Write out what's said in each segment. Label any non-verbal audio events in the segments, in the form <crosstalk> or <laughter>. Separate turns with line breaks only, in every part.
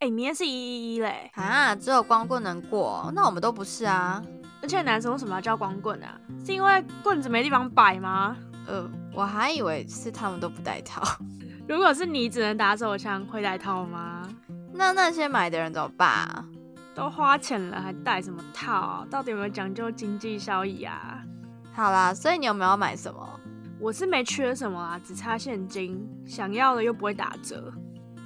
哎、明天是一一一嘞，
啊，只有光棍能过，哦那我们都不是啊。
而且男生为什么要叫光棍啊？是因为棍子没地方摆吗？
呃，我还以为是他们都不带套。 <laughs>
如果是你只能打手枪，会戴套吗？
那那些买的人怎么办、啊？
都花钱了还戴什么套啊、到底有没有讲究经济效益啊？
好啦，所以你有没有买什么？
我是没缺什么啊，只差现金，想要的又不会打折。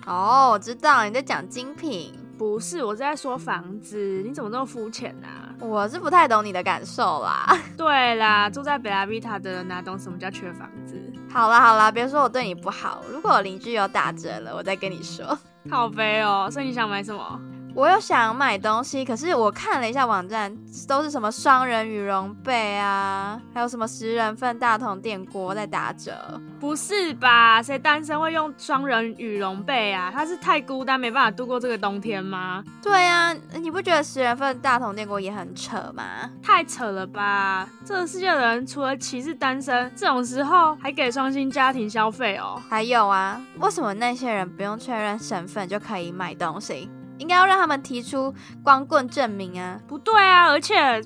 哦，我知道你在讲精品，
不是，我是在说房子，你怎么这么肤浅啊？
我是不太懂你的感受啦。 <laughs>
对啦，住在北拉维塔的人哪懂什么叫缺房子？
好啦好啦，别说我对你不好，如果我邻居有打折了，我再跟你说。
好悲哦，所以你想买什么？
我有想买东西，可是我看了一下网站，都是什么双人羽绒被啊，还有什么十人份大同电锅在打折。
不是吧？谁单身会用双人羽绒被啊？他是太孤单，没办法度过这个冬天吗？
对啊，你不觉得十人份大同电锅也很扯吗？
太扯了吧！这个世界的人除了歧视单身，这种时候还给双薪家庭消费哦。
还有啊，为什么那些人不用确认身份就可以买东西？应该要让他们提出光棍证明啊！
不对啊，而且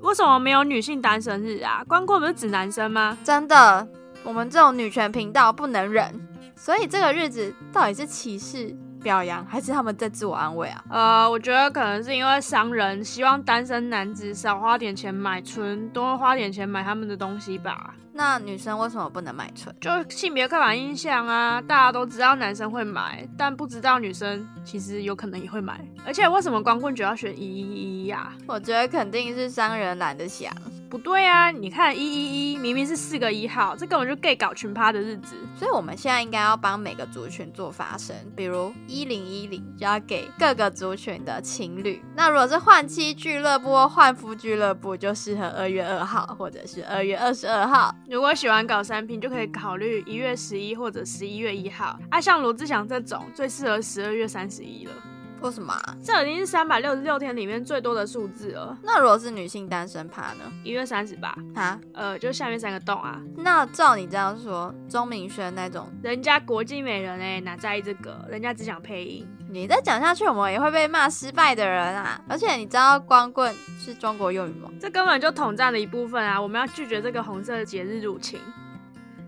为什么没有女性单身日啊？光棍不是指男生吗？
真的，我们这种女权频道不能忍。所以这个日子到底是歧视、表扬，还是他们在自我安慰啊？
呃，我觉得可能是因为商人希望单身男子少花点钱买春，多花点钱买他们的东西吧。
那女生为什么不能买春？
就性别刻板印象啊，大家都知道男生会买，但不知道女生其实有可能也会买。而且为什么光棍节要选一一一呀？
我觉得肯定是商人懒得想，
不对啊，你看一一一明明是四个一号，这根本就 gay 搞群趴的日子。
所以我们现在应该要帮每个族群做发声，比如一零一零就要给各个族群的情侣。那如果是换妻俱乐部或换夫俱乐部，就适合二月二号或者是二月二十二号。
如果喜欢搞三拼，就可以考虑一月十一或者十一月一号。啊，像罗志祥这种最适合十二月三十一了，
为什么啊、
这已经是三百六十六天里面最多的数字了。
那如果是女性单身趴呢？
一月三十吧，
啊，
呃，就下面三个洞啊。
那照你这样说，钟明轩那种，
人家国际美人哎、哪在意这个？人家只想配音。
你再讲下去，我们也会被骂失败的人啊！而且你知道光棍是中国用语吗？
这根本就统战的一部分啊！我们要拒绝这个红色的节日入侵。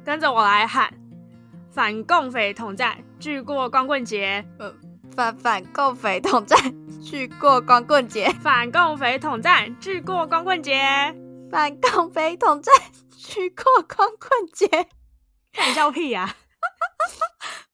跟着我来喊，反共匪统战，拒过光棍节，
反反共匪统战，去过光棍节，
反共匪统战，拒过光棍节。
反共匪 <laughs> 统战，去过光棍节。
看你笑屁呀、啊！